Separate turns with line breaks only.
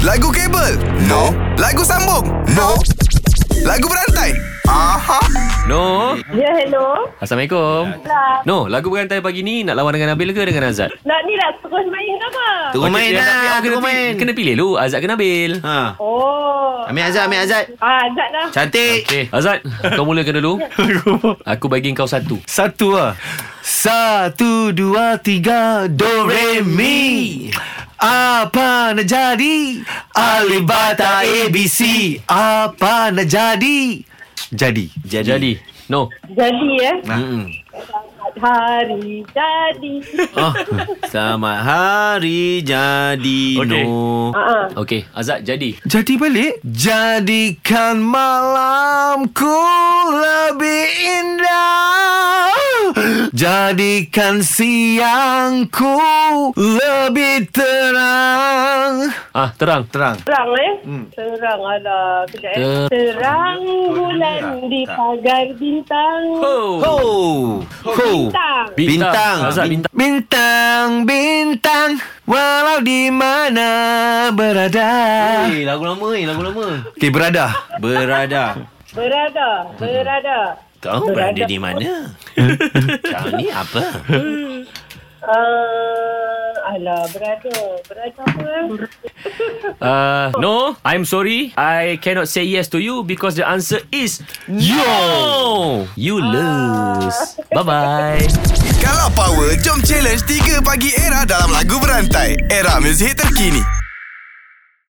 Lagu kabel? No. Lagu sambung? No. Lagu berantai? Aha.
No
Ya, hello.
Assalamualaikum
Lah,
No Lagu berantai pagi ni Nak lawan dengan Nabil ke dengan Azad?
nak ni nak terus main ke apa?
Terus main
dia-
lah,
tapi
terus
kena, pi-
main.
kena pilih lu Azad ke Nabil
Ha.
Oh.
Ambil Azad, ambil Azad.
Ah, Azad lah.
Cantik.
Okay Azad Kau mulakan dulu Aku bagi kau satu
Satu lah. Satu, dua, tiga. Do, re, mi. Apa nak jadi? Alibata ABC. Apa nak jadi? Jadi.
Jadi, Jadi. No
Jadi eh.
Mm-mm.
Selamat hari jadi.
Oh, selamat hari jadi
Okey.
no.
Ah, ah.
Okay Azad jadi
Jadi balik Jadikan malamku lebih indah Jadikan siangku lebih terang
Ah terang
Terang
Terang eh.
Hmm.
Terang ala kejap eh.
Ter-
Terang bulan di pagar bintang.
Oh
Ho Ho
Bintang.
Bintang
Azad bintang
Bintang Bintang Walau di mana berada
Eh, lagu lama eh, lagu lama.
Okay berada
Berada.
Berada, berada.
Kau
Berada.
berada, di mana? Kau ni apa?
Uh, alah, berada. Berada apa eh?
uh, No I'm sorry I cannot say yes to you Because the answer is No You lose Bye bye
Kalau power, jom challenge 3 pagi era dalam lagu berantai. Era muzik terkini.